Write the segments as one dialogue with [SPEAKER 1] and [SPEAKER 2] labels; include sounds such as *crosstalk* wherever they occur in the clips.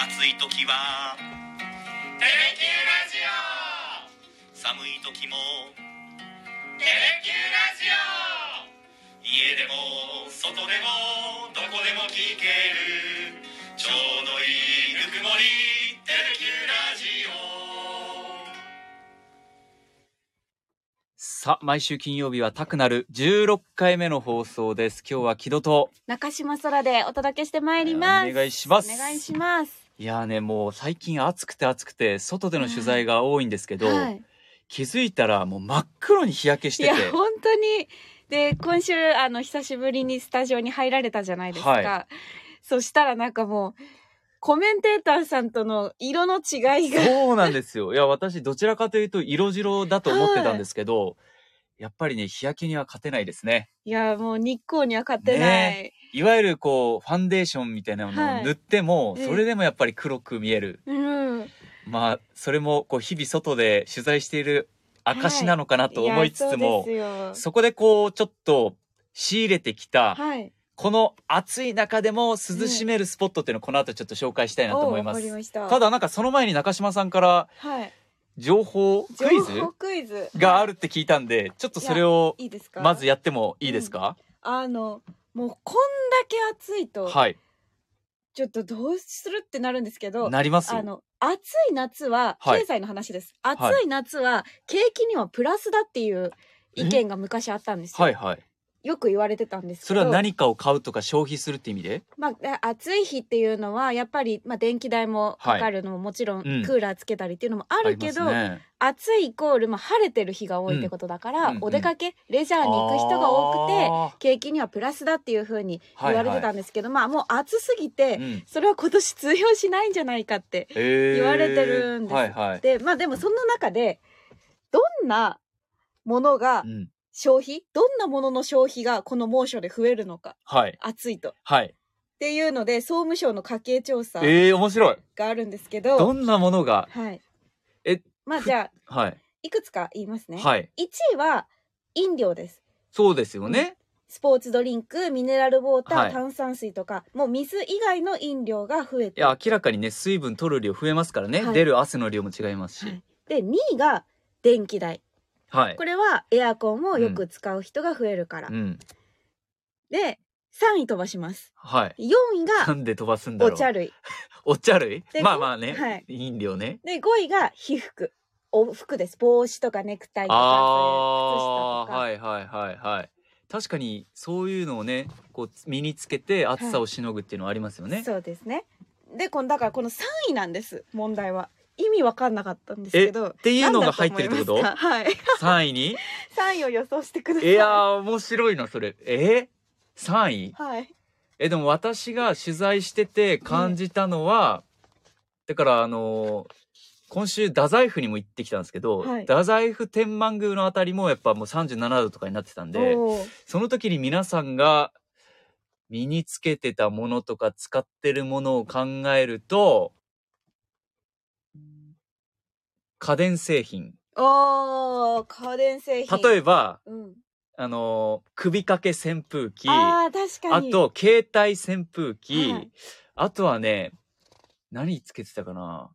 [SPEAKER 1] 暑い時は
[SPEAKER 2] テレキューラジオ
[SPEAKER 1] 寒い時も
[SPEAKER 2] テレキューラジオ
[SPEAKER 1] 家でも外でもどこでも聞けるちょうどいいぬくもりテレキューラジオ
[SPEAKER 3] さあ、毎週金曜日はタクナル16回目の放送です。今日は木戸と
[SPEAKER 4] 中島空でお届けしてまいります。
[SPEAKER 3] お願いします
[SPEAKER 4] お願いします。
[SPEAKER 3] いやーね、もう最近暑くて暑くて、外での取材が多いんですけど、
[SPEAKER 4] はい。
[SPEAKER 3] 気づいたらもう真っ黒に日焼けし
[SPEAKER 4] い
[SPEAKER 3] てて
[SPEAKER 4] や、、本当に。で、今週、あの、久しぶりにスタジオに入られたじゃないですか。
[SPEAKER 3] は
[SPEAKER 4] そしたらなんかもう、コメンテーターさんとの色の違いが。
[SPEAKER 3] そうなんですよ。いや、私どちらかというと色白だと思ってたんですけど、やっぱりね、日焼けには勝てないですね。
[SPEAKER 4] いや、もう日光には勝てない。
[SPEAKER 3] いわゆるこう、ファンデーションみたいなの
[SPEAKER 4] は
[SPEAKER 3] を
[SPEAKER 4] い
[SPEAKER 3] 塗っても、
[SPEAKER 4] ええ
[SPEAKER 3] それでもやっぱり黒く見える。
[SPEAKER 4] うん。
[SPEAKER 3] まあ、それもこう、日々外で取材している証なのかなと思いつつも、
[SPEAKER 4] いやそうですよ。
[SPEAKER 3] そこでこうちょっと仕入れてきた、
[SPEAKER 4] はい。
[SPEAKER 3] この暑い中でも涼しめるスポットっていうのをこの後ちょっと紹介したいなと思いま
[SPEAKER 4] おわか
[SPEAKER 3] す。
[SPEAKER 4] りました。
[SPEAKER 3] た、だなんかその前に中島さんから
[SPEAKER 4] はい。
[SPEAKER 3] 情報クイズ
[SPEAKER 4] 情報クイズ
[SPEAKER 3] があるって聞いたんで、ちょっとそれを
[SPEAKER 4] いいですか
[SPEAKER 3] まずやってもいいですか、
[SPEAKER 4] あの、もうこんだけ暑いと、
[SPEAKER 3] はい。
[SPEAKER 4] ちょっとどうするってなるんですけど、
[SPEAKER 3] なります
[SPEAKER 4] あ
[SPEAKER 3] よ。
[SPEAKER 4] の、暑い夏は、
[SPEAKER 3] はい
[SPEAKER 4] 経済の話です。
[SPEAKER 3] はい
[SPEAKER 4] 暑い夏は、景気にはプラスだっていう意見が昔あったんですよ。
[SPEAKER 3] はいはい。
[SPEAKER 4] よく言われてたんですけど。
[SPEAKER 3] それは何かを買うとか消費するって意味で
[SPEAKER 4] まあ、暑い日っていうのは、やっぱり、まあ、電気代もかかるのも、もちろん、
[SPEAKER 3] うん
[SPEAKER 4] クーラーつけたりっていうのもあ
[SPEAKER 3] あ
[SPEAKER 4] るけど、
[SPEAKER 3] りますね
[SPEAKER 4] 暑いイコール、まあ、晴れてる日が多いってことだから、
[SPEAKER 3] うんうんうん
[SPEAKER 4] お出かけ、レジャーに行く人が多くて、
[SPEAKER 3] あ
[SPEAKER 4] 景気にはプラスだっていうふうに
[SPEAKER 3] はい
[SPEAKER 4] 言
[SPEAKER 3] はい
[SPEAKER 4] われてたんですけど、まあ、もう暑すぎて、
[SPEAKER 3] ーうん
[SPEAKER 4] それは今年通用しないんじゃないかって
[SPEAKER 3] えー
[SPEAKER 4] 言われてるんです
[SPEAKER 3] はいはい。
[SPEAKER 4] でまあでもその中でどんなものが
[SPEAKER 3] うん。
[SPEAKER 4] 消費どんなものの消費がこの猛暑で増えるのか
[SPEAKER 3] はい。
[SPEAKER 4] 暑いとっ
[SPEAKER 3] はい。
[SPEAKER 4] ていうので総務省の家計調査
[SPEAKER 3] ええー、面白い。
[SPEAKER 4] があるんですけ
[SPEAKER 3] ど
[SPEAKER 4] ど
[SPEAKER 3] んなものが、
[SPEAKER 4] はい
[SPEAKER 3] え
[SPEAKER 4] まあじゃあ
[SPEAKER 3] はい。
[SPEAKER 4] いくつか言いますね、
[SPEAKER 3] はい。
[SPEAKER 4] 1位は飲料です
[SPEAKER 3] そうですよね。
[SPEAKER 4] スポーツドリンクミネラルウォーター、
[SPEAKER 3] はい
[SPEAKER 4] 炭酸水とかもう水以外の飲料が増え
[SPEAKER 3] い
[SPEAKER 4] て
[SPEAKER 3] や、明らかにね、水分取る量増えますからね。
[SPEAKER 4] はい
[SPEAKER 3] 出る汗の量も違いますし。
[SPEAKER 4] で2位が電気代
[SPEAKER 3] はい。
[SPEAKER 4] これはエアコンをよく使う人が増えるから、
[SPEAKER 3] うん。
[SPEAKER 4] で3位飛ばします
[SPEAKER 3] はい。
[SPEAKER 4] 4位
[SPEAKER 3] な
[SPEAKER 4] が
[SPEAKER 3] んで飛ばすんだ
[SPEAKER 4] お
[SPEAKER 3] ろう。
[SPEAKER 4] 茶類
[SPEAKER 3] お茶類
[SPEAKER 4] で
[SPEAKER 3] まあまあね。
[SPEAKER 4] はい
[SPEAKER 3] 飲料ね。
[SPEAKER 4] で5位が被服お服です帽子とかネクタイとか
[SPEAKER 3] ああー、
[SPEAKER 4] そういう靴下とか、
[SPEAKER 3] はいはいはいはい。確かに、そういうのをね、こう、身につけて暑さをしのぐっていうのはありますよね。
[SPEAKER 4] そうですねでこのだからこの3位なんです問題は意味わかんなかったんですけどっ
[SPEAKER 3] っていうのが入ってるってこと
[SPEAKER 4] はい *laughs*
[SPEAKER 3] ?3 位に
[SPEAKER 4] 3位を予想してくださ
[SPEAKER 3] い
[SPEAKER 4] い
[SPEAKER 3] やー、面白いな、それ。えー、?3 位
[SPEAKER 4] はい
[SPEAKER 3] えでも私が取材してて感じたのは、だからあのー今週太宰府にも行ってきたんですけど、
[SPEAKER 4] はい
[SPEAKER 3] 太宰府天満宮のあたりもやっぱもう37度とかになってたんで
[SPEAKER 4] おー
[SPEAKER 3] その時に皆さんが身につけてたものとか使ってるものを考えると家電製品
[SPEAKER 4] おー家電製品
[SPEAKER 3] 例
[SPEAKER 4] え
[SPEAKER 3] えば
[SPEAKER 4] ば、うん、
[SPEAKER 3] あのー首掛け扇風機
[SPEAKER 4] あー確か
[SPEAKER 3] あ
[SPEAKER 4] に
[SPEAKER 3] と、携帯扇風機、
[SPEAKER 4] はい
[SPEAKER 3] あとはね、何つけてたかな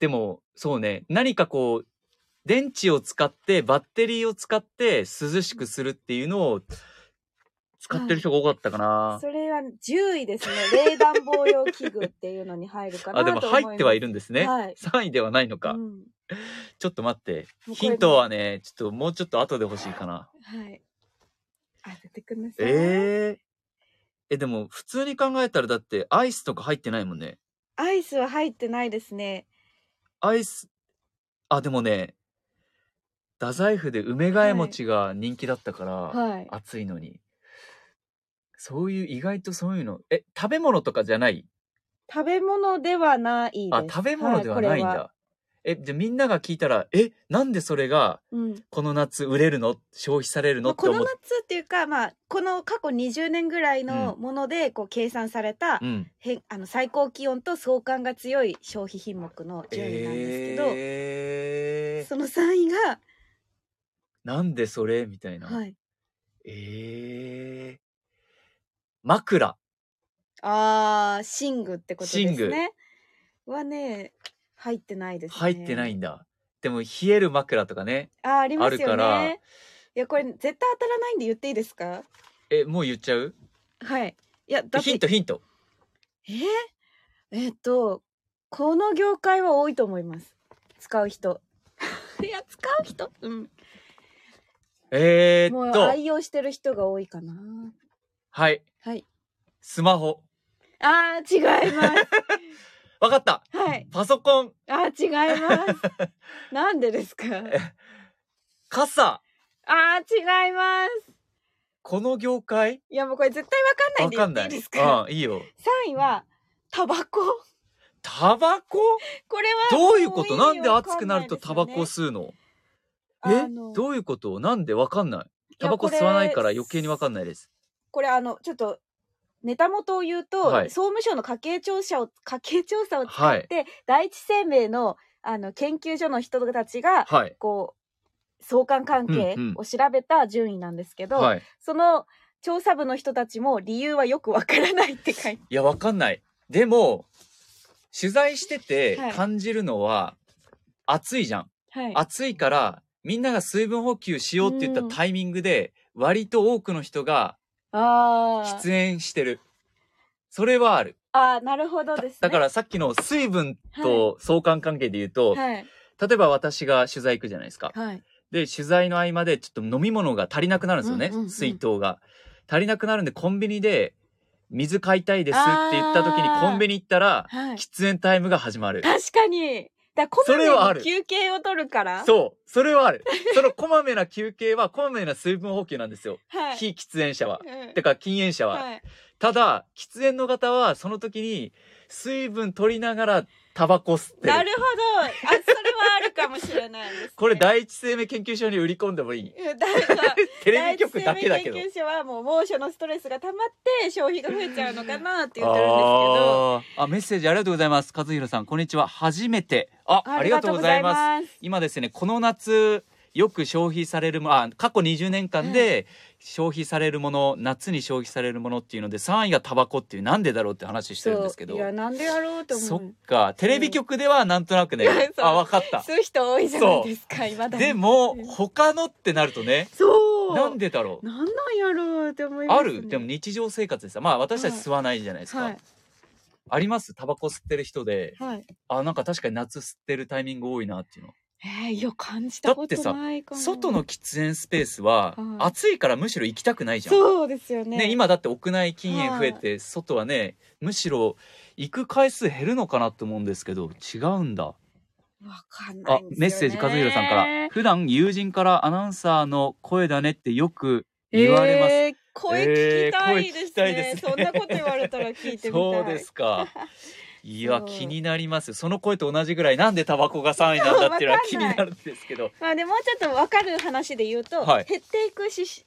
[SPEAKER 3] でも、そうね、何かこう、電池を使って、バッテリーを使って涼しくするっていうのを使ってる人が多かったかな、
[SPEAKER 4] それは10位ですね冷暖房用器具っていうのに入るか
[SPEAKER 3] *laughs*
[SPEAKER 4] な
[SPEAKER 3] あ、
[SPEAKER 4] と
[SPEAKER 3] で
[SPEAKER 4] 思
[SPEAKER 3] も
[SPEAKER 4] います
[SPEAKER 3] 入ってはいるんですね。
[SPEAKER 4] はい
[SPEAKER 3] 3位ではないのか。
[SPEAKER 4] うん
[SPEAKER 3] ちょっと待って。
[SPEAKER 4] もうこれ
[SPEAKER 3] ヒントはね、ちょっともうちょっと後で欲しいかな。
[SPEAKER 4] はい。当ててください。
[SPEAKER 3] えええ、でも普通に考えたらだってアイスとか入ってないもんね。
[SPEAKER 4] アイスは入ってないですね。
[SPEAKER 3] アイス、あ、でもね、太宰府で梅替え餅が人気だったから、
[SPEAKER 4] はい。
[SPEAKER 3] 暑いのに。そういう、意外とそういうの、え、食べ物とかじゃない
[SPEAKER 4] 食べ物ではないです。
[SPEAKER 3] あ、食べ物ではないんだ。
[SPEAKER 4] これは
[SPEAKER 3] え、じゃあみんなが聞いたら、え、なんでそれが
[SPEAKER 4] うん。
[SPEAKER 3] この夏売れるの消費されるの
[SPEAKER 4] まあ、
[SPEAKER 3] って
[SPEAKER 4] この
[SPEAKER 3] 思っ
[SPEAKER 4] 夏っていうか、まあ、この過去20年ぐらいのもので、こう計算された、
[SPEAKER 3] うん。
[SPEAKER 4] へん、あの最高気温と相関が強い消費品目の順位なんですけど、
[SPEAKER 3] えー、
[SPEAKER 4] その3位が、
[SPEAKER 3] なんでそれみたいな。
[SPEAKER 4] はい。
[SPEAKER 3] えー、枕。
[SPEAKER 4] あー、寝具ってことですね。はね入ってないですね
[SPEAKER 3] 入ってないんだ。でも冷える枕とかね。
[SPEAKER 4] あーありますよね
[SPEAKER 3] あるから
[SPEAKER 4] いやこれ絶対当たらないんで言っていいですか
[SPEAKER 3] え、もう言っちゃう
[SPEAKER 4] はいいやだって
[SPEAKER 3] ヒントヒント。
[SPEAKER 4] えーえーっとこの業界は多いと思います使う人 *laughs* いや使う人うん
[SPEAKER 3] え
[SPEAKER 4] も
[SPEAKER 3] ー、
[SPEAKER 4] う
[SPEAKER 3] っと、
[SPEAKER 4] 愛用してる人が多いかな
[SPEAKER 3] はい。
[SPEAKER 4] はい
[SPEAKER 3] スマホ。
[SPEAKER 4] あー違います *laughs*
[SPEAKER 3] わかった
[SPEAKER 4] はい
[SPEAKER 3] パソコン、
[SPEAKER 4] あー違います *laughs* なんでですか
[SPEAKER 3] 傘。
[SPEAKER 4] あー違います
[SPEAKER 3] この業界
[SPEAKER 4] いやもうこれ絶対わ
[SPEAKER 3] わ
[SPEAKER 4] か
[SPEAKER 3] か
[SPEAKER 4] ん
[SPEAKER 3] ん
[SPEAKER 4] な
[SPEAKER 3] なん
[SPEAKER 4] い
[SPEAKER 3] い。
[SPEAKER 4] で言っていいですか
[SPEAKER 3] うん、いいよ。
[SPEAKER 4] 3位はタバコ
[SPEAKER 3] タバコ
[SPEAKER 4] これは
[SPEAKER 3] どういうこ
[SPEAKER 4] も
[SPEAKER 3] と
[SPEAKER 4] 意味
[SPEAKER 3] なんで
[SPEAKER 4] わか
[SPEAKER 3] 熱くなるとタバコ
[SPEAKER 4] す
[SPEAKER 3] 吸うの
[SPEAKER 4] よね
[SPEAKER 3] え
[SPEAKER 4] あの
[SPEAKER 3] どういうことなんでわかんない
[SPEAKER 4] いや
[SPEAKER 3] タバコ吸わないから余計にわかんないです。
[SPEAKER 4] これあのちょっとネタ元を言うと、
[SPEAKER 3] はい
[SPEAKER 4] 総務省の家計調査を家計調査を使
[SPEAKER 3] は
[SPEAKER 4] っ
[SPEAKER 3] い。
[SPEAKER 4] て、第一生命のあの研究所の人たちが
[SPEAKER 3] はい。
[SPEAKER 4] こう相関関係
[SPEAKER 3] うんうん
[SPEAKER 4] を調べた順位なんですけど、
[SPEAKER 3] はい。
[SPEAKER 4] その調査部の人たちも理由はよくわからないって書いて
[SPEAKER 3] いや、わかんない。でも、取材してて
[SPEAKER 4] はい
[SPEAKER 3] 感じるのは、暑いじゃん。
[SPEAKER 4] はい
[SPEAKER 3] *laughs* 暑いから、みんなが水分補給しようって言ったタイミングで、割と多くの人が
[SPEAKER 4] あー
[SPEAKER 3] 出演してる。それはある。
[SPEAKER 4] あーなるほどですね
[SPEAKER 3] だからさっきの水分と相関関係で言うと、
[SPEAKER 4] はい
[SPEAKER 3] 例えば私が取材行くじゃないですか。
[SPEAKER 4] はい
[SPEAKER 3] で、取材の合間でちょっと飲み物が足りなくなるんですよね、
[SPEAKER 4] うんうんうん
[SPEAKER 3] 水筒が。足りなくなるんでコンビニで水買いたいですって言った時に
[SPEAKER 4] あー
[SPEAKER 3] コンビニ行ったら、
[SPEAKER 4] はい
[SPEAKER 3] 喫煙タイムが始まる。
[SPEAKER 4] 確かにだからこ
[SPEAKER 3] そ
[SPEAKER 4] ま
[SPEAKER 3] れはあ
[SPEAKER 4] め
[SPEAKER 3] る
[SPEAKER 4] に休憩を取るから
[SPEAKER 3] そう、それはある。そのこまめな休憩はこまめな水分補給なんですよ。
[SPEAKER 4] はい
[SPEAKER 3] 非喫煙者は。
[SPEAKER 4] うん
[SPEAKER 3] てか禁煙者は。
[SPEAKER 4] はい
[SPEAKER 3] ただ、喫煙の方はその時に水分取りながらタバコ吸ってる。
[SPEAKER 4] なるほど。あ、それはあるかもしれないです、ね。
[SPEAKER 3] これ第一生命研究所に売り込んでもい
[SPEAKER 4] *laughs*
[SPEAKER 3] い。
[SPEAKER 4] うんだから
[SPEAKER 3] テレビ局だけだけど。
[SPEAKER 4] 第一生命研究所はもう猛暑のストレスが溜まって消費が増えちゃうのかなって言ってるんですけど。
[SPEAKER 3] あーあメッセージありがとうございます和弘さんこんにちは初めてあありがとうございます
[SPEAKER 4] ありがとうございます。
[SPEAKER 3] 今ですねこの夏よく消費されるもあ過去20年間で消費されるもの、夏に消費されるものっていうので3位がタバコっていうなんでだろうって話してるんですけど
[SPEAKER 4] そういや、なんでやろうと
[SPEAKER 3] そ
[SPEAKER 4] 思
[SPEAKER 3] っ
[SPEAKER 4] う。
[SPEAKER 3] かテレビ局ではなんとなくね、
[SPEAKER 4] いや *laughs* そう
[SPEAKER 3] あ分かった
[SPEAKER 4] 吸う人多いじゃないですか、今だに
[SPEAKER 3] で、も
[SPEAKER 4] うん
[SPEAKER 3] 他のってなるとね
[SPEAKER 4] そう。
[SPEAKER 3] なんでだろう
[SPEAKER 4] なんなんやろうって思います、ね。
[SPEAKER 3] あるでも日常生活でさまあ私たち吸わないじゃないですか、
[SPEAKER 4] はい。
[SPEAKER 3] ありますタバコ吸ってる人で
[SPEAKER 4] はい。
[SPEAKER 3] あなんか確かに夏吸ってるタイミング多いなっていうの
[SPEAKER 4] えー、いや、感じたことないかも。
[SPEAKER 3] 外の喫煙スペースは
[SPEAKER 4] はい
[SPEAKER 3] 暑いからむしろ行きたくないじゃん、
[SPEAKER 4] そうですよね。
[SPEAKER 3] ね、今だって屋内禁煙増えて外はねむしろ行く回数減るのかなと思うんですけど違うんだ
[SPEAKER 4] わかんな
[SPEAKER 3] あ
[SPEAKER 4] いんですよ、ね。
[SPEAKER 3] メッセージ和弘さんから普段友人からアナウンサーの声だねってよく言われます、
[SPEAKER 4] えー声聞きたい
[SPEAKER 3] えー声聞
[SPEAKER 4] です
[SPEAKER 3] きた
[SPEAKER 4] ね,、
[SPEAKER 3] いですね
[SPEAKER 4] そんなこと言われたら聞いてみたい
[SPEAKER 3] そうです
[SPEAKER 4] *laughs*
[SPEAKER 3] かいや
[SPEAKER 4] そう
[SPEAKER 3] 気になりますよその声と同じぐらいなんでタバコが3位なんだっていうのは
[SPEAKER 4] そう
[SPEAKER 3] 気
[SPEAKER 4] わかん
[SPEAKER 3] に
[SPEAKER 4] ない
[SPEAKER 3] なるんですけど
[SPEAKER 4] まあでもうちょっと分かる話で言うと、
[SPEAKER 3] はい
[SPEAKER 4] 減っていくしし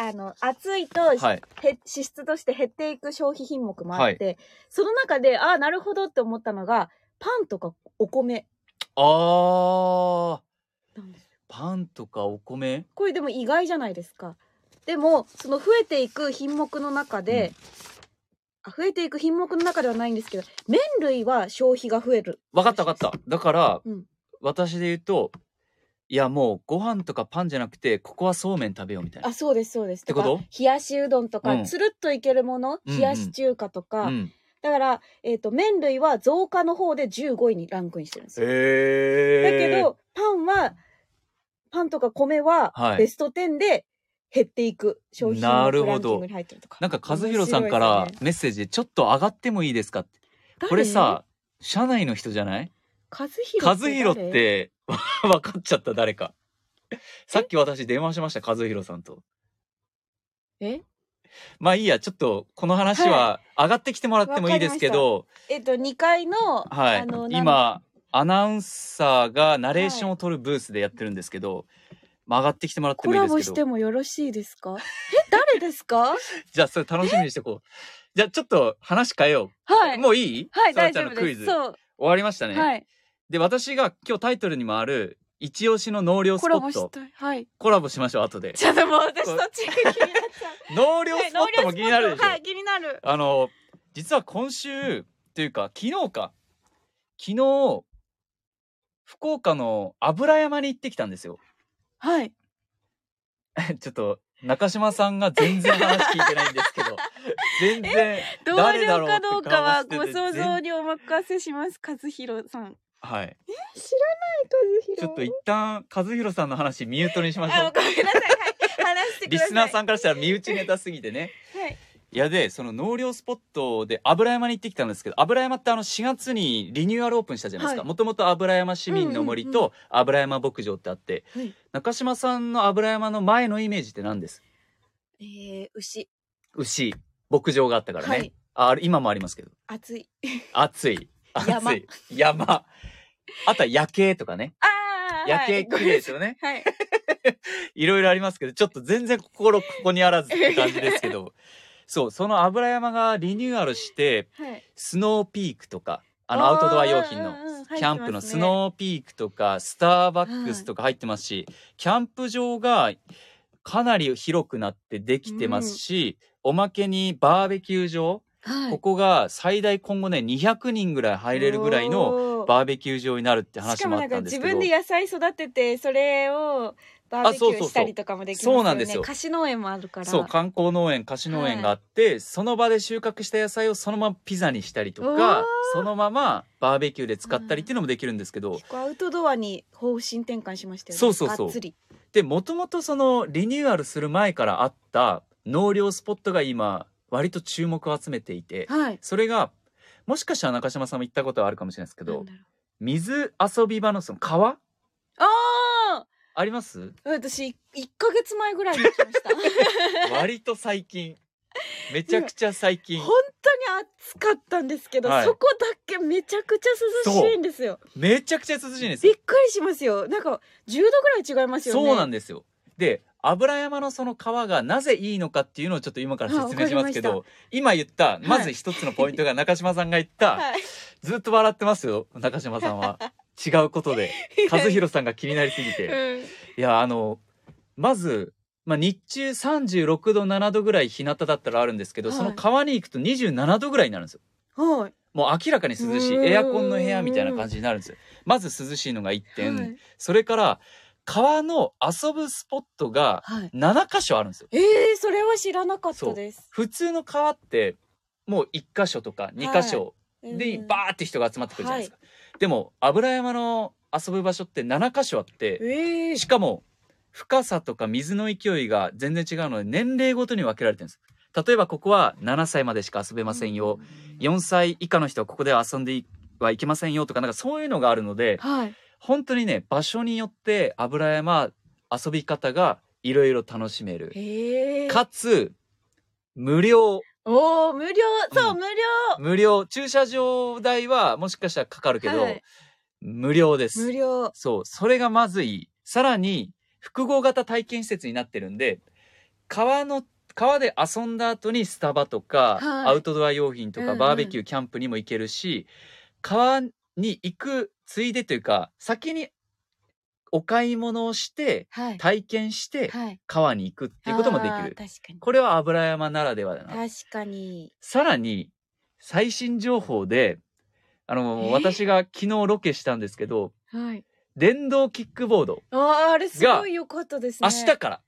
[SPEAKER 4] あの暑いと、
[SPEAKER 3] はい
[SPEAKER 4] へ支出として減っていく消費品目もあって、その中でああなるほどって思ったのがパンとかお米
[SPEAKER 3] あー
[SPEAKER 4] なんです
[SPEAKER 3] パンとかお米
[SPEAKER 4] これでも意外じゃないですかでもその増えていく品目の中で、あ増えていく品目の中ではないんですけど麺類は消費が増える
[SPEAKER 3] わかったわかった。だから、
[SPEAKER 4] うん
[SPEAKER 3] 私で言うと、いやもうご飯とかパンじゃなくて、ここはそうめん食べようみたいな
[SPEAKER 4] あ。そうですそうです
[SPEAKER 3] てこと
[SPEAKER 4] か冷やしうどんとか、
[SPEAKER 3] うん
[SPEAKER 4] つるっといけるもの
[SPEAKER 3] うんうん
[SPEAKER 4] 冷やし中華とか、
[SPEAKER 3] うん。
[SPEAKER 4] だから、えっと麺類は増加の方で15位にランクインしてるんですよ、
[SPEAKER 3] え
[SPEAKER 4] だけ、どパンはパンとか米は
[SPEAKER 3] はい
[SPEAKER 4] ベスト10で減っていく商品
[SPEAKER 3] なる
[SPEAKER 4] のラ
[SPEAKER 3] ほ
[SPEAKER 4] ン
[SPEAKER 3] ど
[SPEAKER 4] キングに入ってるとか
[SPEAKER 3] なんか和弘さんからメッセージで、ちょっと上がってもいいですかって。これさ、社内の人じゃない
[SPEAKER 4] 和
[SPEAKER 3] 和
[SPEAKER 4] 弘
[SPEAKER 3] 弘って、 *laughs* 分かっちゃった誰か。さっき私電話しました、和弘さんと。
[SPEAKER 4] え
[SPEAKER 3] まあいいや、ちょっとこの話は上がってきてもらってもいいですけど、
[SPEAKER 4] えっと2階の,、
[SPEAKER 3] はい
[SPEAKER 4] あの、なん
[SPEAKER 3] 今アナウンサーがナレーションを取るブースでやってるんですけど、曲がってきてもらって
[SPEAKER 4] コ
[SPEAKER 3] もいい
[SPEAKER 4] ラボ
[SPEAKER 3] で
[SPEAKER 4] し
[SPEAKER 3] すけ
[SPEAKER 4] て
[SPEAKER 3] ど
[SPEAKER 4] もよろしいですかえ誰ですか
[SPEAKER 3] じゃあそれ楽しみにしてこうじゃあちょっと話変えよう、
[SPEAKER 4] はい
[SPEAKER 3] もういい
[SPEAKER 4] はい
[SPEAKER 3] さ
[SPEAKER 4] 大
[SPEAKER 3] らちゃん
[SPEAKER 4] 丈
[SPEAKER 3] の
[SPEAKER 4] 夫
[SPEAKER 3] クイ
[SPEAKER 4] です
[SPEAKER 3] ズ終
[SPEAKER 4] そう、
[SPEAKER 3] わりましたね、
[SPEAKER 4] はい
[SPEAKER 3] で私が今日タイトルにもある一押しの納涼スポ
[SPEAKER 4] コ
[SPEAKER 3] ットコ
[SPEAKER 4] ラ
[SPEAKER 3] ラ
[SPEAKER 4] ボしたいはい
[SPEAKER 3] ボしましょう後で
[SPEAKER 4] ちょっともう私そっちが気にな
[SPEAKER 3] *laughs*
[SPEAKER 4] っちゃう
[SPEAKER 3] 納涼スポットも気になるでしょ、
[SPEAKER 4] はい、気になる。
[SPEAKER 3] あの実は今週というか昨日か昨日、福岡の油山に行ってきたんですよ。 *laughs*
[SPEAKER 4] はい。
[SPEAKER 3] ちょっと、中島さんが全然話聞いてないんですけ
[SPEAKER 4] *laughs*
[SPEAKER 3] ど、全然、
[SPEAKER 4] 同
[SPEAKER 3] 誰だろ
[SPEAKER 4] 僚
[SPEAKER 3] うっ
[SPEAKER 4] か
[SPEAKER 3] て
[SPEAKER 4] どうかは
[SPEAKER 3] 顔
[SPEAKER 4] ご
[SPEAKER 3] してて
[SPEAKER 4] 想像にお任せします。和弘さん。
[SPEAKER 3] はい。
[SPEAKER 4] 知らない和
[SPEAKER 3] ちょっと一旦、和弘さんの話ミュートにしまし
[SPEAKER 4] あ、
[SPEAKER 3] ょ
[SPEAKER 4] もう
[SPEAKER 3] う。
[SPEAKER 4] ごめんなさい。はい、話してく
[SPEAKER 3] リ
[SPEAKER 4] ださい。
[SPEAKER 3] スナーさんからしたら身内ネタすぎてね。
[SPEAKER 4] はい。
[SPEAKER 3] いやで、その納涼スポットで油山に行ってきたんですけど、油山ってあの4月にリニューアルオープンしたじゃないですか。
[SPEAKER 4] はい
[SPEAKER 3] もともと油山市民の森と油山牧場ってあって、
[SPEAKER 4] はい
[SPEAKER 3] 中島さんの油山の前のイメージって何です
[SPEAKER 4] えー、牛。
[SPEAKER 3] 牛、牧場があったからね。
[SPEAKER 4] はい
[SPEAKER 3] ああれ今もありますけど。
[SPEAKER 4] 熱い。
[SPEAKER 3] 暑い。
[SPEAKER 4] 山
[SPEAKER 3] 暑い。山。あとは夜景とかね。
[SPEAKER 4] あー
[SPEAKER 3] 夜景綺麗です
[SPEAKER 4] よ。
[SPEAKER 3] よね。
[SPEAKER 4] はい。
[SPEAKER 3] いろいろありますけど、ちょっと全然心ここにあらずって感じですけ
[SPEAKER 4] *laughs*
[SPEAKER 3] ど。そう、その油山がリニューアルして、
[SPEAKER 4] はい。
[SPEAKER 3] スノーピークとか、あのアウトドア用品の
[SPEAKER 4] うんうんうん
[SPEAKER 3] キャンプのス。
[SPEAKER 4] 入ってますね
[SPEAKER 3] ノーピークとか、スターバックスとか入ってますし、キャンプ場がかなり広くなってできてますし、おまけにバーベキュー場、
[SPEAKER 4] はい
[SPEAKER 3] ここが最大今後ね、200人ぐらい入れるぐらいの
[SPEAKER 4] の
[SPEAKER 3] バーベキュー場になるって話もあったんです
[SPEAKER 4] しかもな
[SPEAKER 3] け
[SPEAKER 4] んか自
[SPEAKER 3] ど。
[SPEAKER 4] 分で野菜育ててそれをバーベキュ
[SPEAKER 3] あそうそう
[SPEAKER 4] ー
[SPEAKER 3] そう
[SPEAKER 4] したりとかもできますよね。
[SPEAKER 3] そうなんですよ
[SPEAKER 4] 菓子農園もあるから。
[SPEAKER 3] そう観光農園貸し農園があって、その場で収穫した野菜をそのままピザにしたりと
[SPEAKER 4] お
[SPEAKER 3] か
[SPEAKER 4] ー
[SPEAKER 3] そのままバーベキューで使ったりっていうのもできるんですけど、
[SPEAKER 4] 結構アウトドアに方針転換しましたよね。
[SPEAKER 3] そうそうそう
[SPEAKER 4] がっつり。
[SPEAKER 3] でもともとそのリニューアルする前からあった農業スポットが今割と注目を集めていて
[SPEAKER 4] はい。
[SPEAKER 3] それがもしかしたら中島さんも行ったことはあるかもしれないですけ
[SPEAKER 4] な
[SPEAKER 3] ど
[SPEAKER 4] んだろう
[SPEAKER 3] 水遊び場のその川
[SPEAKER 4] あ
[SPEAKER 3] あり
[SPEAKER 4] *laughs*
[SPEAKER 3] ます
[SPEAKER 4] あ、私一ヶ月前ぐらいに来ま
[SPEAKER 3] *laughs*
[SPEAKER 4] した。本
[SPEAKER 3] 割と最近めちゃくちゃ最近
[SPEAKER 4] 当に暑かったんですけど、
[SPEAKER 3] はい
[SPEAKER 4] そこだけめちゃくちゃ涼しいんですよ。
[SPEAKER 3] めちゃくちゃ涼しいんです
[SPEAKER 4] び
[SPEAKER 3] よ
[SPEAKER 4] っくりしますよ。なんか10度ぐらい違いますよね。
[SPEAKER 3] そうなん
[SPEAKER 4] で
[SPEAKER 3] ですよ。で油山のその川がなぜいいのかっていうのをちょっと今から説明しますけ
[SPEAKER 4] あわ
[SPEAKER 3] ど今言った
[SPEAKER 4] い
[SPEAKER 3] まず一つのポイントが中島さんが言った、
[SPEAKER 4] はい。
[SPEAKER 3] ずっと笑ってますよ中島さん
[SPEAKER 4] *laughs*
[SPEAKER 3] は違うことで和弘さんが気になりすぎて
[SPEAKER 4] うん *laughs*
[SPEAKER 3] いやあのまず、まあ、日中36度7度ぐらい日向だったらあるんですけど、
[SPEAKER 4] はい
[SPEAKER 3] その川に行くと27度ぐらいになるんですよ。
[SPEAKER 4] はい。
[SPEAKER 3] もう明らかに涼しい
[SPEAKER 4] うん
[SPEAKER 3] エアコンの部屋みたいな感じになるんですよまず涼しいのが1点、
[SPEAKER 4] はい
[SPEAKER 3] それから川の遊ぶスポットが
[SPEAKER 4] はい。
[SPEAKER 3] 7箇所あるんですよ
[SPEAKER 4] ええそれは知らなかったです。
[SPEAKER 3] 普通の川ってもう1箇所とか2箇所で
[SPEAKER 4] うん
[SPEAKER 3] バーって人が集まってくるじゃないですか、でも油山の遊ぶ場所って7箇所あって
[SPEAKER 4] ええ
[SPEAKER 3] しかも深さとか水の勢いが全然違うので年齢ごとに分けられてるんです例えばここは7歳までしか遊べませんよ、4歳以下の人はここで遊んではいけませんよとかなんかそういうのがあるので
[SPEAKER 4] はい。
[SPEAKER 3] 本当にね場所によって油山遊び方がいろいろ楽しめる
[SPEAKER 4] ええ
[SPEAKER 3] かつ無料
[SPEAKER 4] おお、無料、そう、
[SPEAKER 3] うん
[SPEAKER 4] 無料。
[SPEAKER 3] 無料駐車場代はもしかしたらかかるけど、
[SPEAKER 4] はい
[SPEAKER 3] 無料です
[SPEAKER 4] 無料。
[SPEAKER 3] そうそれがまずいいさらに複合型体験施設になってるんで川の川で遊んだ後にスタバとか、
[SPEAKER 4] はい
[SPEAKER 3] アウトドア用品と
[SPEAKER 4] うん
[SPEAKER 3] か
[SPEAKER 4] うん
[SPEAKER 3] バーベキュー、キャンプにも行けるし川に行くついでというか先にお買い物をして
[SPEAKER 4] はい。
[SPEAKER 3] 体験して
[SPEAKER 4] はい。
[SPEAKER 3] 川に行くっていうこともでき
[SPEAKER 4] あー
[SPEAKER 3] る
[SPEAKER 4] 確
[SPEAKER 3] これは油山ならではだな
[SPEAKER 4] かに。確かに。
[SPEAKER 3] さらに最新情報であの
[SPEAKER 4] え
[SPEAKER 3] 私が昨日ロケしたんですけど
[SPEAKER 4] はい。
[SPEAKER 3] 電動キックボード
[SPEAKER 4] ああ、あれすごい良かったですね。
[SPEAKER 3] 明日から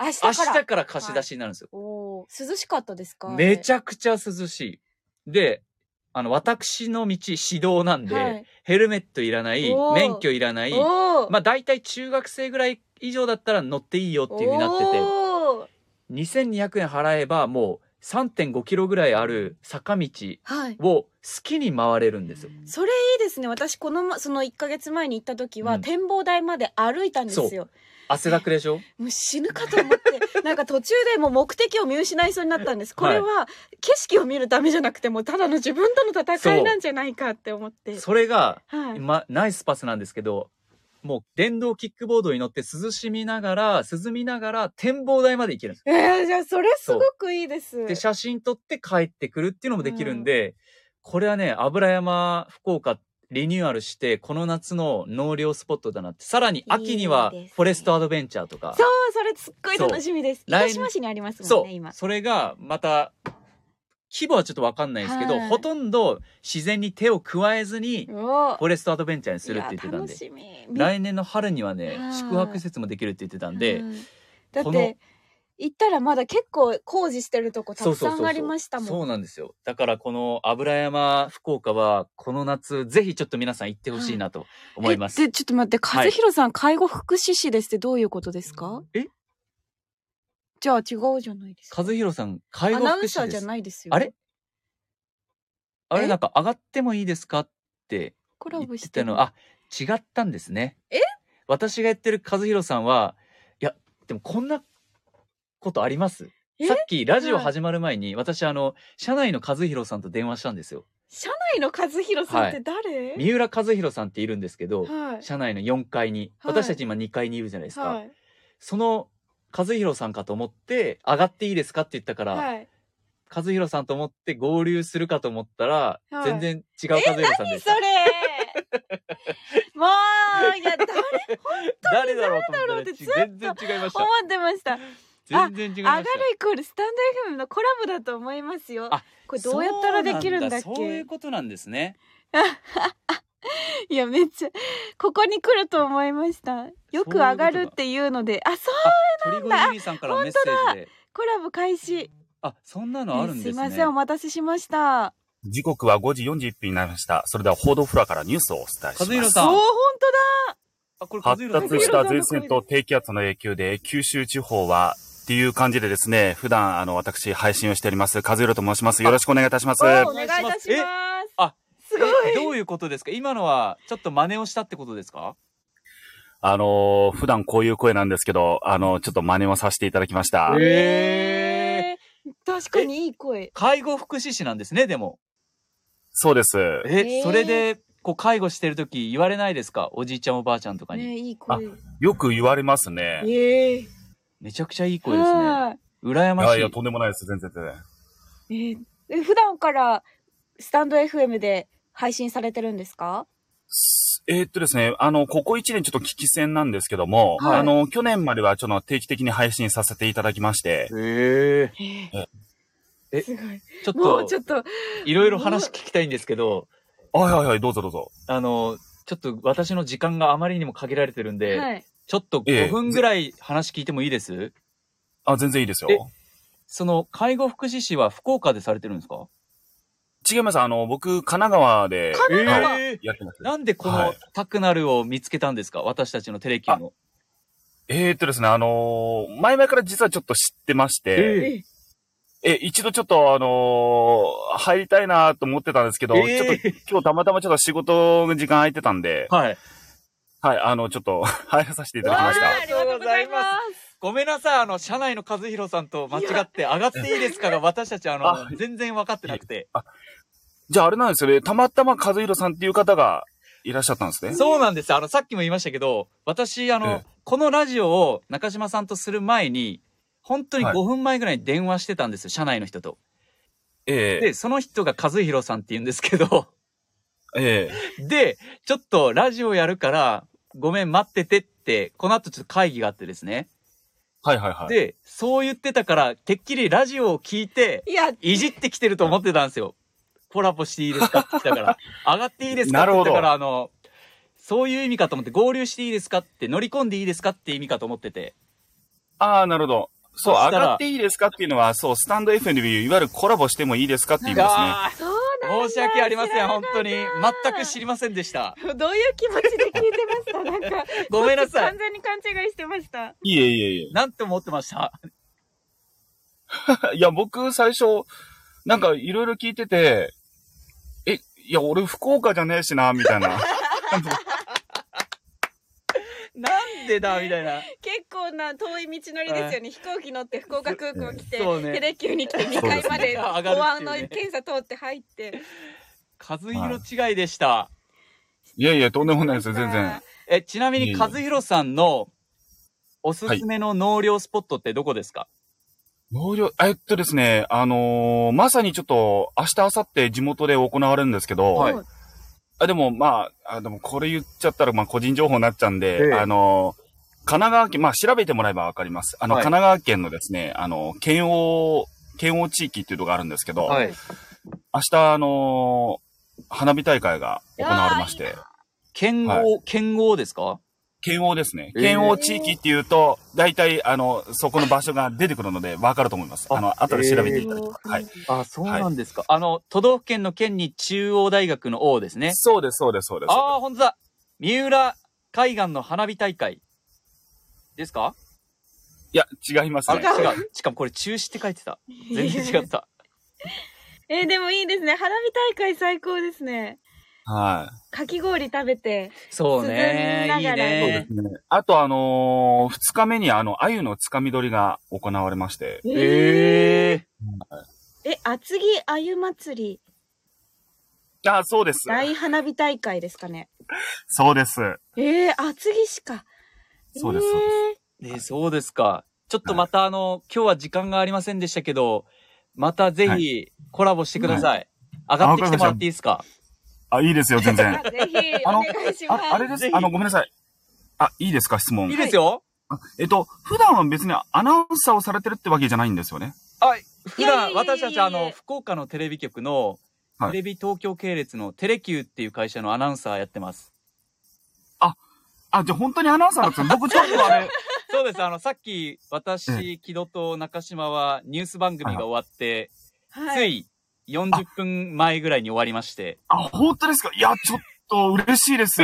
[SPEAKER 4] 明日
[SPEAKER 3] 明
[SPEAKER 4] か
[SPEAKER 3] 日
[SPEAKER 4] ら。
[SPEAKER 3] から貸し出しになるんですよ、
[SPEAKER 4] おお、涼しかったですか。
[SPEAKER 3] めち
[SPEAKER 4] ゃ。
[SPEAKER 3] ゃくちゃ涼しいであの私の道指導なんで、
[SPEAKER 4] はい
[SPEAKER 3] ヘルメットいらない
[SPEAKER 4] おー
[SPEAKER 3] 免許いらない
[SPEAKER 4] おお。
[SPEAKER 3] まあ大体中学生ぐらい以上だったら乗っていいよっていうふうになってて
[SPEAKER 4] てて。
[SPEAKER 3] 2200円払えばもう3.5キロぐらいある坂道
[SPEAKER 4] はい。
[SPEAKER 3] を好きに回れるんですよ
[SPEAKER 4] それいいですね。私このまその一ヶ月前に行った時は、
[SPEAKER 3] うん
[SPEAKER 4] 展望台まで歩いたんですよ。
[SPEAKER 3] 汗だくでしょ
[SPEAKER 4] もう死ぬかと思
[SPEAKER 3] *laughs*
[SPEAKER 4] って、なんか途中でもう目的を見失いそうになったんです。これは景色を見るためじゃなくて、もうただの自分との戦いなんじゃないかって思って。
[SPEAKER 3] それが
[SPEAKER 4] はい。
[SPEAKER 3] ま、ナイスパスなんですけど、もう電動キックボードに乗って涼しみながら、涼みながら展望台まで行けるんです
[SPEAKER 4] えー、じゃあそれすごくいいです。
[SPEAKER 3] よ。で、写真撮って帰ってくるっていうのもできるんで、これはね、油山福岡リニューアルして、この夏の納涼スポットだなって。さらに秋にはい
[SPEAKER 4] いですね
[SPEAKER 3] フォレストアドベンチャーとか。
[SPEAKER 4] そう、それすっごい楽しみです。
[SPEAKER 3] そう来
[SPEAKER 4] 糸島市にありますもん
[SPEAKER 3] そ
[SPEAKER 4] ね、今
[SPEAKER 3] う。。それがまた規模はちょっとわかんないですけど、
[SPEAKER 4] はい
[SPEAKER 3] ほとんど自然に手を加えずに
[SPEAKER 4] うわ
[SPEAKER 3] フォレストアドベンチャーにするって言ってたん
[SPEAKER 4] 楽
[SPEAKER 3] で
[SPEAKER 4] しみ
[SPEAKER 3] 来年の春にはね
[SPEAKER 4] はい
[SPEAKER 3] 宿泊施設もできるって言ってたんで、
[SPEAKER 4] うんだっ
[SPEAKER 3] この
[SPEAKER 4] て行ったらまだ結構工事してるとこたくさんありました
[SPEAKER 3] そ
[SPEAKER 4] もん
[SPEAKER 3] うなんですよだからこの油山福岡はこの夏ぜひちょっと皆さん行ってほしいなと思います、
[SPEAKER 4] えでちょっと待って
[SPEAKER 3] はい
[SPEAKER 4] 和弘さん、介護福祉士ですってどういうことですか
[SPEAKER 3] え
[SPEAKER 4] じゃあ違うじゃないですか
[SPEAKER 3] 和弘さん介
[SPEAKER 4] ア
[SPEAKER 3] 護
[SPEAKER 4] ナウ
[SPEAKER 3] 福
[SPEAKER 4] ンサ
[SPEAKER 3] 祉
[SPEAKER 4] ー
[SPEAKER 3] で
[SPEAKER 4] じゃ
[SPEAKER 3] す
[SPEAKER 4] ないですよ
[SPEAKER 3] あれあれ
[SPEAKER 4] え
[SPEAKER 3] なんか上がってもいいですかって
[SPEAKER 4] コラ
[SPEAKER 3] 言っ
[SPEAKER 4] ボしてて
[SPEAKER 3] た
[SPEAKER 4] る
[SPEAKER 3] のあ違ったんですね
[SPEAKER 4] え
[SPEAKER 3] 私がやってる和弘さんはいやでもこんなことあります
[SPEAKER 4] え
[SPEAKER 3] さっきラジオ始まる前に私あの社内の和弘さんと電話したんですよ
[SPEAKER 4] 社内の和弘さんって誰、はい
[SPEAKER 3] 三浦和弘さんっているんですけど、
[SPEAKER 4] はい
[SPEAKER 3] 社内の4階に、
[SPEAKER 4] はい
[SPEAKER 3] 私たち今2階にいるじゃないですか、その和弘さんかと思って「上がっていいですか?」って言ったから、
[SPEAKER 4] はい
[SPEAKER 3] 和弘さんと思って合流するかと思ったら、
[SPEAKER 4] はい
[SPEAKER 3] 全然違う和弘さんでし
[SPEAKER 4] *laughs* そ
[SPEAKER 3] た
[SPEAKER 4] れもういや誰
[SPEAKER 3] 誰だろうと思
[SPEAKER 4] ろ
[SPEAKER 3] っ
[SPEAKER 4] うってずった
[SPEAKER 3] ら全然違いまし
[SPEAKER 4] 思ってま
[SPEAKER 3] *laughs*
[SPEAKER 4] した
[SPEAKER 3] た全然違い
[SPEAKER 4] 上
[SPEAKER 3] ま
[SPEAKER 4] が
[SPEAKER 3] し
[SPEAKER 4] る
[SPEAKER 3] た
[SPEAKER 4] イコールスタンド FM のコラボだと思いますよ
[SPEAKER 3] あ
[SPEAKER 4] これどうやったらできるんだっけ
[SPEAKER 3] そうなんそういうことなんですね
[SPEAKER 4] いやめっちゃここに来ると思いましたよく上がるっていうのであそう
[SPEAKER 3] 鳥越ゆりさんからメッセージで
[SPEAKER 4] コラボ開始
[SPEAKER 3] あそんなのあるんです
[SPEAKER 4] い
[SPEAKER 3] ね
[SPEAKER 4] ませんお待たせしました
[SPEAKER 5] 時刻は5時41分になりました。それでは報道フロアからニュースをお伝えし
[SPEAKER 3] 和
[SPEAKER 5] ま
[SPEAKER 3] 弘
[SPEAKER 5] す。
[SPEAKER 4] お
[SPEAKER 3] さん
[SPEAKER 4] お本
[SPEAKER 3] あこれ和
[SPEAKER 5] 発
[SPEAKER 3] 弘さ
[SPEAKER 5] 達
[SPEAKER 3] ん
[SPEAKER 5] した前線と低気圧の影響で、九州地方は、っていう感じでですね、普段、あの、私、配信をしております、和弘と申します。よろしくお願いいたします。
[SPEAKER 4] 当だお
[SPEAKER 3] お
[SPEAKER 4] お
[SPEAKER 3] 願いし
[SPEAKER 4] 願いい
[SPEAKER 3] ます
[SPEAKER 4] たします
[SPEAKER 3] えあ
[SPEAKER 4] すごい
[SPEAKER 3] えどういうことですか今のはちょっと真似をしたってことですか
[SPEAKER 5] あの、普段こういう声なんですけど、あの、ちょっと真似をさせていただきました。
[SPEAKER 3] え
[SPEAKER 4] えー確かにいい声
[SPEAKER 3] 介護福祉士なんですねでも
[SPEAKER 5] そうです。
[SPEAKER 3] え、
[SPEAKER 4] えー
[SPEAKER 3] それでこう介護してる時言われないですかおじいちゃんおばあちゃんとかに、
[SPEAKER 4] ねいい声
[SPEAKER 5] よく言われますね。
[SPEAKER 4] ええ
[SPEAKER 3] めちゃくちゃいい声ですね
[SPEAKER 4] は
[SPEAKER 3] 羨
[SPEAKER 5] い
[SPEAKER 3] ま
[SPEAKER 5] や
[SPEAKER 3] しい
[SPEAKER 5] いや、とんでもないです、全然全然。
[SPEAKER 4] いえーえ普段からスタンド FM で配信されてるんですか
[SPEAKER 5] えーっとですね、あの、ここ1年ちょっと危機戦なんですけども、
[SPEAKER 4] はい
[SPEAKER 5] あの、去年まではちょっと定期的に配信させていただきまして、
[SPEAKER 3] え
[SPEAKER 4] え
[SPEAKER 5] え
[SPEAKER 3] え
[SPEAKER 4] すごい
[SPEAKER 3] ちょっ
[SPEAKER 4] もう
[SPEAKER 3] と
[SPEAKER 4] ちょっと
[SPEAKER 3] いろいろ話聞きたいんですけど
[SPEAKER 5] はいはいはい、どうぞどうぞ。
[SPEAKER 3] あのちょっと私の時間があまりにも限られてるんで、
[SPEAKER 4] はい
[SPEAKER 3] ちょっと
[SPEAKER 5] え
[SPEAKER 3] 5
[SPEAKER 5] え
[SPEAKER 3] 分ぐらい話聞いてもいいです、
[SPEAKER 5] あ、全然いいですよ。
[SPEAKER 3] その介護福祉士は福岡でされてるんですか
[SPEAKER 5] 違います。あの、僕、神奈川で、
[SPEAKER 4] 神奈川
[SPEAKER 5] はい
[SPEAKER 3] えー
[SPEAKER 5] やってます。
[SPEAKER 3] なんでこ
[SPEAKER 5] は
[SPEAKER 3] の
[SPEAKER 5] い
[SPEAKER 3] タクナルを見つけたんですか私たちのテレキューの。
[SPEAKER 5] えー、っとですね、あのー前々から実はちょっと知ってまして、
[SPEAKER 4] え
[SPEAKER 5] え一度ちょっとあのー入りたいなと思ってたんですけど、
[SPEAKER 3] えー
[SPEAKER 5] ちょっと今日たまたまちょっと仕事の時間空いてたんで、
[SPEAKER 3] はい。
[SPEAKER 5] はい、あの、ちょっと *laughs* 入らさせていただき
[SPEAKER 4] わ
[SPEAKER 5] まし
[SPEAKER 4] ー
[SPEAKER 5] た。
[SPEAKER 4] ありがとうございます
[SPEAKER 3] ごめんなさい、あの、社内の和弘さんと間違って、上がっていいですかが私たち、あの、
[SPEAKER 5] あ
[SPEAKER 3] 全然分かってなくて。
[SPEAKER 5] じゃああれなんですよね、たまたま和弘さんっていう方がいらっしゃったんですね。
[SPEAKER 3] そうなんです。あの、さっきも言いましたけど、私、あの、
[SPEAKER 5] ええ
[SPEAKER 3] このラジオを中島さんとする前に、本当に
[SPEAKER 5] はい
[SPEAKER 3] 5分前ぐらいに電話してたんですよ、社内の人と。
[SPEAKER 5] ええ
[SPEAKER 3] で、その人が和弘さんって言うんですけど、 *laughs*
[SPEAKER 5] ええ
[SPEAKER 3] で、ちょっとラジオやるから、ごめん、待っててって、この後ちょっと会議があってですね。
[SPEAKER 5] はいはいはい。
[SPEAKER 3] で、そう言ってたから、てっきりラジオを聞いて、
[SPEAKER 4] いや
[SPEAKER 3] いじってきてると思ってたんですよ。コラボしていいですかって言った
[SPEAKER 5] *laughs*
[SPEAKER 3] から、上がっていいですかって言ったか
[SPEAKER 5] なる
[SPEAKER 3] ら、あの、そういう意味かと思って、合流していいですかって、乗り込んでいいですかって意味かと思ってて。
[SPEAKER 5] ああ、なるほど。そう、
[SPEAKER 3] そした
[SPEAKER 5] 上
[SPEAKER 3] ら
[SPEAKER 5] がっていいですかっていうのは、そう、スタンド FM でいう、いわゆるコラボしてもいいですかっていう意味ですね。
[SPEAKER 3] あ
[SPEAKER 4] そう
[SPEAKER 3] ー申し訳ありません、本当に。全く知りませんでした。
[SPEAKER 4] などういう気持ちで聞いてましたなんか
[SPEAKER 3] *laughs* ごめんなさい
[SPEAKER 4] 完。全に勘違いしてました
[SPEAKER 5] いえいえいえ。
[SPEAKER 3] なんて思ってました。
[SPEAKER 5] *laughs* いや、僕、最初、なんか、いろいろ聞いてて、え、いや、俺、福岡じゃねえしな、みた
[SPEAKER 3] *laughs*
[SPEAKER 5] いな。
[SPEAKER 3] なんでだみたいな。
[SPEAKER 4] 結構な遠い道のりですよね飛行機乗って福岡空港来て
[SPEAKER 3] そうね
[SPEAKER 4] テレキューに来て2階まで
[SPEAKER 3] そうですね
[SPEAKER 4] 公安の
[SPEAKER 3] 上がるって
[SPEAKER 4] 検査通って入って
[SPEAKER 3] 和弘違いでした。
[SPEAKER 5] いやいや、とんでもないですよ、全然。
[SPEAKER 3] え、ちなみ
[SPEAKER 5] いえ
[SPEAKER 3] に
[SPEAKER 5] いえ
[SPEAKER 3] 和弘さんのおすすめの納涼スポットってどこですか、
[SPEAKER 5] 農業、えっとですね、あのーまさにちょっと、明日、明後日、地元で行われるんですけど、
[SPEAKER 3] はい
[SPEAKER 5] あでも、まあ、あでも、これ言っちゃったら、まあ、個人情報になっちゃうんで、
[SPEAKER 3] ええ
[SPEAKER 5] あのー神奈川県、まあ、調べてもらえばわかります。あの、
[SPEAKER 3] はい
[SPEAKER 5] 神奈川県のですね、あの、県央圏央地域っていうのがあるんですけど、
[SPEAKER 3] はい。
[SPEAKER 5] 明日、あのー花火大会が行われまし
[SPEAKER 4] いや
[SPEAKER 5] て、
[SPEAKER 3] 剣
[SPEAKER 5] は
[SPEAKER 3] 豪、剣豪ですか
[SPEAKER 5] 県央ですね。
[SPEAKER 3] えー
[SPEAKER 5] 県央地域っていうと、大体、あの、そこの場所が出てくるので、わかると思います。
[SPEAKER 3] あ
[SPEAKER 5] あの、後で調べていただきます。
[SPEAKER 4] えー
[SPEAKER 5] はい。
[SPEAKER 3] あ、そうなんですか。あの、都道府県の県に中央大学の O ですね。
[SPEAKER 5] そうです、そうです、そうです。
[SPEAKER 3] ああ、ほんとだ。三浦海岸の花火大会。ですか
[SPEAKER 5] いや、違います
[SPEAKER 3] あ
[SPEAKER 5] ね。
[SPEAKER 3] 違う。しかもこれ中止って書いて *laughs* た。全然違った。
[SPEAKER 4] えーでもいいですね。花火大会最高ですね。
[SPEAKER 5] は
[SPEAKER 4] かき氷食べて。
[SPEAKER 3] そうね。
[SPEAKER 4] 涼
[SPEAKER 3] い
[SPEAKER 4] み
[SPEAKER 3] い
[SPEAKER 4] ながら
[SPEAKER 5] い。そうで
[SPEAKER 3] ね。
[SPEAKER 5] すね。あと、あのー、2日目に、あの、鮎のつかみ取りが行われまして、
[SPEAKER 3] ええ
[SPEAKER 4] え、厚木あゆ祭り
[SPEAKER 5] あ、そうです。
[SPEAKER 4] 大花火大会ですかね。
[SPEAKER 5] そうです。
[SPEAKER 4] えー、厚木市か。
[SPEAKER 5] そうです
[SPEAKER 4] えー
[SPEAKER 5] そうで
[SPEAKER 3] ー。ねそうですか。ちょっとまたあの、今日は時間がありませんでしたけど、またぜ
[SPEAKER 5] は
[SPEAKER 3] ひコラボしてください。上がってきてもらっていいですか
[SPEAKER 5] あ、いいですよ、全
[SPEAKER 3] *laughs*
[SPEAKER 5] 然。
[SPEAKER 4] あぜひお
[SPEAKER 5] あの
[SPEAKER 4] 願いしま
[SPEAKER 5] あ
[SPEAKER 4] す。、
[SPEAKER 5] あれです
[SPEAKER 3] ぜ。ひ
[SPEAKER 5] あの、ごめんなさい。あ、いいですか、質問
[SPEAKER 3] いい。ですよ。
[SPEAKER 5] えっと、普段は別にアナウンサーをされてるってわけじゃないんですよね。
[SPEAKER 3] はい。普
[SPEAKER 4] いやいや
[SPEAKER 3] 段、私
[SPEAKER 4] いやいや
[SPEAKER 3] たち、あの、福岡のテレビ局の、
[SPEAKER 5] はい
[SPEAKER 3] テレビ東京系列のテレキューっていう会社のアナウンサーやってます。
[SPEAKER 5] あ、じゃあ本当にアナウンサーだ
[SPEAKER 3] *laughs*
[SPEAKER 5] った僕ちょっとあれ、
[SPEAKER 3] そうです。あの、さっき、
[SPEAKER 5] え
[SPEAKER 3] 私、木戸と中島はニュース番組が終わって、
[SPEAKER 4] は
[SPEAKER 3] つ
[SPEAKER 4] い。
[SPEAKER 3] い40分前ぐらいに終わりまして、
[SPEAKER 5] あ、本当ですかいや、ちょっと嬉し
[SPEAKER 3] *laughs*
[SPEAKER 5] いです。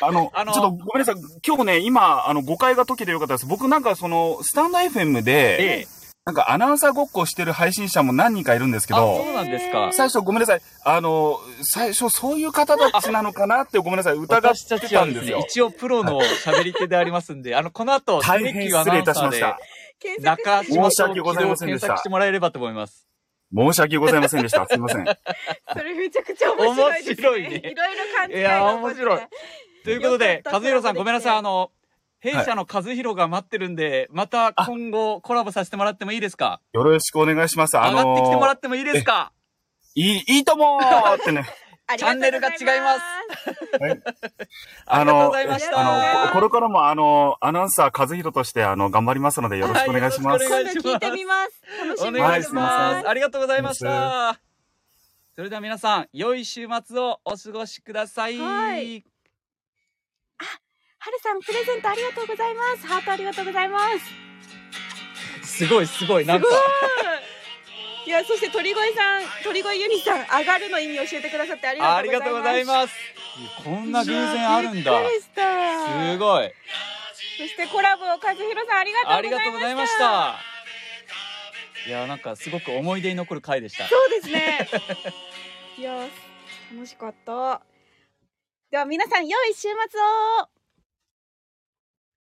[SPEAKER 5] あの、
[SPEAKER 3] あの
[SPEAKER 5] ちょっとごめんなさい。今日ね、今、あの、誤解が解けてよかったです。僕なんかその、スタンド FM で、
[SPEAKER 3] ええ、
[SPEAKER 5] なんかアナウンサーごっこしてる配信者も何人かいるんですけ
[SPEAKER 3] あ、そ
[SPEAKER 5] ど、
[SPEAKER 3] うなんですか。
[SPEAKER 5] 最初ごめんなさい。あの、最初そういう方たちなのかなってごめんなさい。疑っ
[SPEAKER 3] 私た
[SPEAKER 5] て
[SPEAKER 3] ち
[SPEAKER 5] た
[SPEAKER 3] は
[SPEAKER 5] ん
[SPEAKER 3] で
[SPEAKER 5] ですす
[SPEAKER 3] ね、
[SPEAKER 5] よ。
[SPEAKER 3] 一応プロの喋り手でありますんで、あの、この後、
[SPEAKER 5] 大
[SPEAKER 3] テレ
[SPEAKER 5] 変
[SPEAKER 3] キューア
[SPEAKER 5] 失
[SPEAKER 3] ナウ
[SPEAKER 5] 礼
[SPEAKER 3] ン
[SPEAKER 5] い
[SPEAKER 3] サ
[SPEAKER 5] たし
[SPEAKER 3] ー
[SPEAKER 5] まし
[SPEAKER 3] で、
[SPEAKER 5] た。
[SPEAKER 4] 検索
[SPEAKER 3] 中島
[SPEAKER 5] 申し訳ございませんで
[SPEAKER 3] 検
[SPEAKER 5] した
[SPEAKER 3] 索してもらえればと思います。
[SPEAKER 5] 申し訳ございませんでした。すいません。
[SPEAKER 4] それめちゃくちゃ面白いですね。
[SPEAKER 3] 面白いね
[SPEAKER 4] いろいろ感じ
[SPEAKER 3] いやー面白いということで
[SPEAKER 4] よ、かった
[SPEAKER 3] 和弘さんごめんなさい。あの、弊
[SPEAKER 5] はい
[SPEAKER 3] 社の和弘が待ってるんで、また今後コラボさせてもらってもいいですか
[SPEAKER 5] よろしくお願いします。あ
[SPEAKER 3] 上が
[SPEAKER 5] の
[SPEAKER 3] ってきてもら
[SPEAKER 5] ー
[SPEAKER 3] ってもいいですか
[SPEAKER 5] いい、いいともーってね。
[SPEAKER 3] チャンネルが違いますあ
[SPEAKER 5] あ
[SPEAKER 3] りがとうご
[SPEAKER 5] の
[SPEAKER 3] ざいました。
[SPEAKER 5] あの、これからもあの、アナウンサー和弘としてあの、頑張りますのでよろしくお願いしま
[SPEAKER 3] はいよろしくお願いします
[SPEAKER 5] す。
[SPEAKER 4] 今度聞いてみます。楽しみ
[SPEAKER 3] お
[SPEAKER 4] に
[SPEAKER 5] は
[SPEAKER 3] 願い
[SPEAKER 5] い
[SPEAKER 3] し
[SPEAKER 5] すい
[SPEAKER 3] ま。
[SPEAKER 5] ますせん
[SPEAKER 3] ありがとうございまし
[SPEAKER 5] すいま
[SPEAKER 3] た。それでは皆さん、良い週末をお過ごしください。
[SPEAKER 4] はいはるさん、プレゼントありがとうございます。ハートありがとうございます。
[SPEAKER 3] すごいすごい、なんか。
[SPEAKER 4] いや、そして鳥越さん、鳥越ゆにさん、上がるの意味教えてくださってあり
[SPEAKER 3] ありがとうござい
[SPEAKER 4] す。
[SPEAKER 3] ます。こんな偶然あるんだ。
[SPEAKER 4] びっくりした
[SPEAKER 3] すごい。
[SPEAKER 4] そしてコラボ、和弘さん、あり
[SPEAKER 3] あ
[SPEAKER 4] がと
[SPEAKER 3] り
[SPEAKER 4] うご
[SPEAKER 3] が
[SPEAKER 4] ざ
[SPEAKER 3] と
[SPEAKER 4] いうま
[SPEAKER 3] ご
[SPEAKER 4] した。
[SPEAKER 3] ざいました。いや、なんかすごく思い出に残る回でした。
[SPEAKER 4] そうですね。いや、楽しかった。では、皆さん、良い週末を。